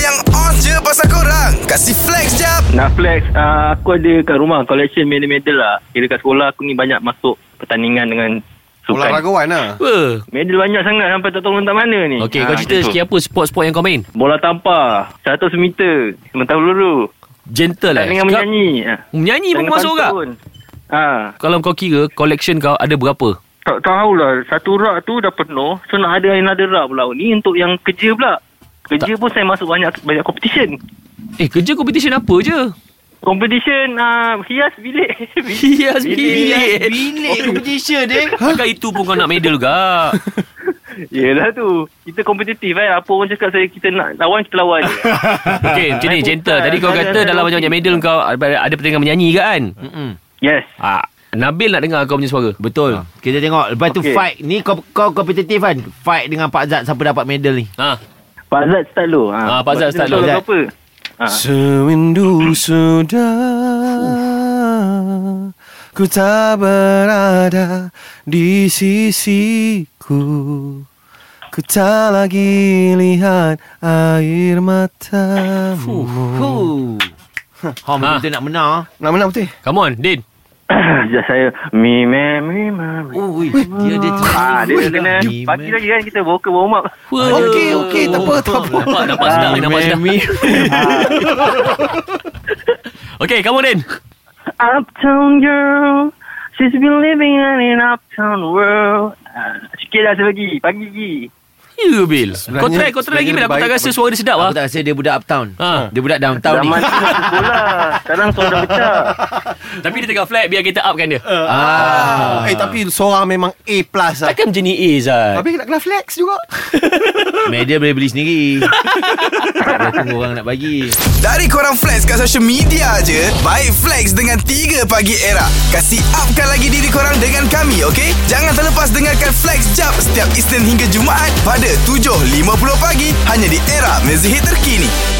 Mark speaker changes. Speaker 1: yang on je pasal korang Kasih flex jap
Speaker 2: Nak flex uh, Aku ada kat rumah Collection medal-medal lah Kira kat sekolah aku ni Banyak masuk pertandingan dengan Sukan
Speaker 3: Olahragawan lah
Speaker 4: Apa?
Speaker 2: Medal banyak sangat Sampai tak tahu hentak mana ni
Speaker 4: Okey, kau
Speaker 2: Ah,
Speaker 4: cerita
Speaker 2: gitu.
Speaker 4: sikit apa sport-sport yang kau main?
Speaker 2: Bola tampar 100 meter Sementara peluru
Speaker 4: Gentle lah.
Speaker 2: Tak dengan menyanyi Ah.
Speaker 4: Menyanyi pun
Speaker 2: Dengan
Speaker 4: masuk kak?
Speaker 2: pantun. Ah,
Speaker 4: Kalau kau kira collection kau ada berapa?
Speaker 2: tak tahulah Satu rak tu dah penuh So nak ada yang ada rak pula Ni untuk yang kerja pula Kerja pun saya masuk banyak banyak competition
Speaker 4: Eh, kerja competition apa je?
Speaker 2: Competition uh, Hias bilik
Speaker 4: Hias bilik.
Speaker 5: Bilik competition dia
Speaker 4: Takkan itu pun kau nak medal kak?
Speaker 2: Yelah tu Kita kompetitif eh Apa orang cakap saya Kita nak lawan Kita lawan je
Speaker 4: Okey, macam ni,
Speaker 2: Main
Speaker 4: gentle.
Speaker 2: futsal.
Speaker 4: Tadi kau
Speaker 2: Ada-
Speaker 4: kata
Speaker 2: ada
Speaker 4: dalam
Speaker 2: hoki.
Speaker 4: macam-macam medal kau ada, ada pertandingan menyanyi kan?
Speaker 2: Yes
Speaker 4: Ah, Nabil nak dengar kau punya suara.
Speaker 5: Betul Ah, Kita tengok Lepas tu
Speaker 2: Okey.
Speaker 5: fight Ni kau kau kompetitif kan Fight dengan Pak Zat Siapa dapat medal ni
Speaker 4: Ha.
Speaker 2: Pak Zat start dulu Ha.
Speaker 4: Ah, Pak Zat start dulu.
Speaker 2: Lagu apa ha.
Speaker 3: Ah. Sewindu sudah Ku tak berada di sisiku Ku tak lagi lihat air matamu
Speaker 5: Fuh. Ha, ha. Kita nak menang ah.
Speaker 3: Nak menang putih?
Speaker 4: Come on, Din.
Speaker 2: Sekejap saya Mi me mi ma mi.
Speaker 5: Ui, dia dia
Speaker 2: Ah, dia kena Pagi lagi kan Kita vocal warm up
Speaker 3: Okey, okey, tak apa, tak apa
Speaker 4: Nampak, nampak sedap, nampak sedap. Okey, kamu Din.
Speaker 2: Uptown girl She's been living in an uptown world ah, Sikit lah saya bagi Pagi lagi
Speaker 4: Ya, Bil. Kau
Speaker 3: Sebenarnya-
Speaker 4: try, kau try lagi, Bil. Aku
Speaker 3: sebenarnya
Speaker 4: tak rasa
Speaker 3: baik-
Speaker 4: suara dia sedap lah.
Speaker 5: Aku tak rasa dia budak uptown
Speaker 4: Ha.
Speaker 5: Dia budak downtown ni
Speaker 2: Zaman tu masih bola Sekarang suara pecah
Speaker 4: Tapi dia tengah flat, biar kita upkan dia.
Speaker 3: ah. Eh, tapi suara memang A plus lah
Speaker 4: Takkan macam ni Kan A, Zat.
Speaker 3: Tapi nak kena flex juga
Speaker 5: Media boleh beli sendiri Dia tunggu orang nak bagi
Speaker 1: Dari korang flex kat social media je Baik flex dengan 3 pagi era Kasih upkan lagi diri korang dengan kami okay? Jangan terlepas dengarkan flex jap Setiap Isnin hingga Jumaat Pada 7.50 pagi Hanya di era mezihit terkini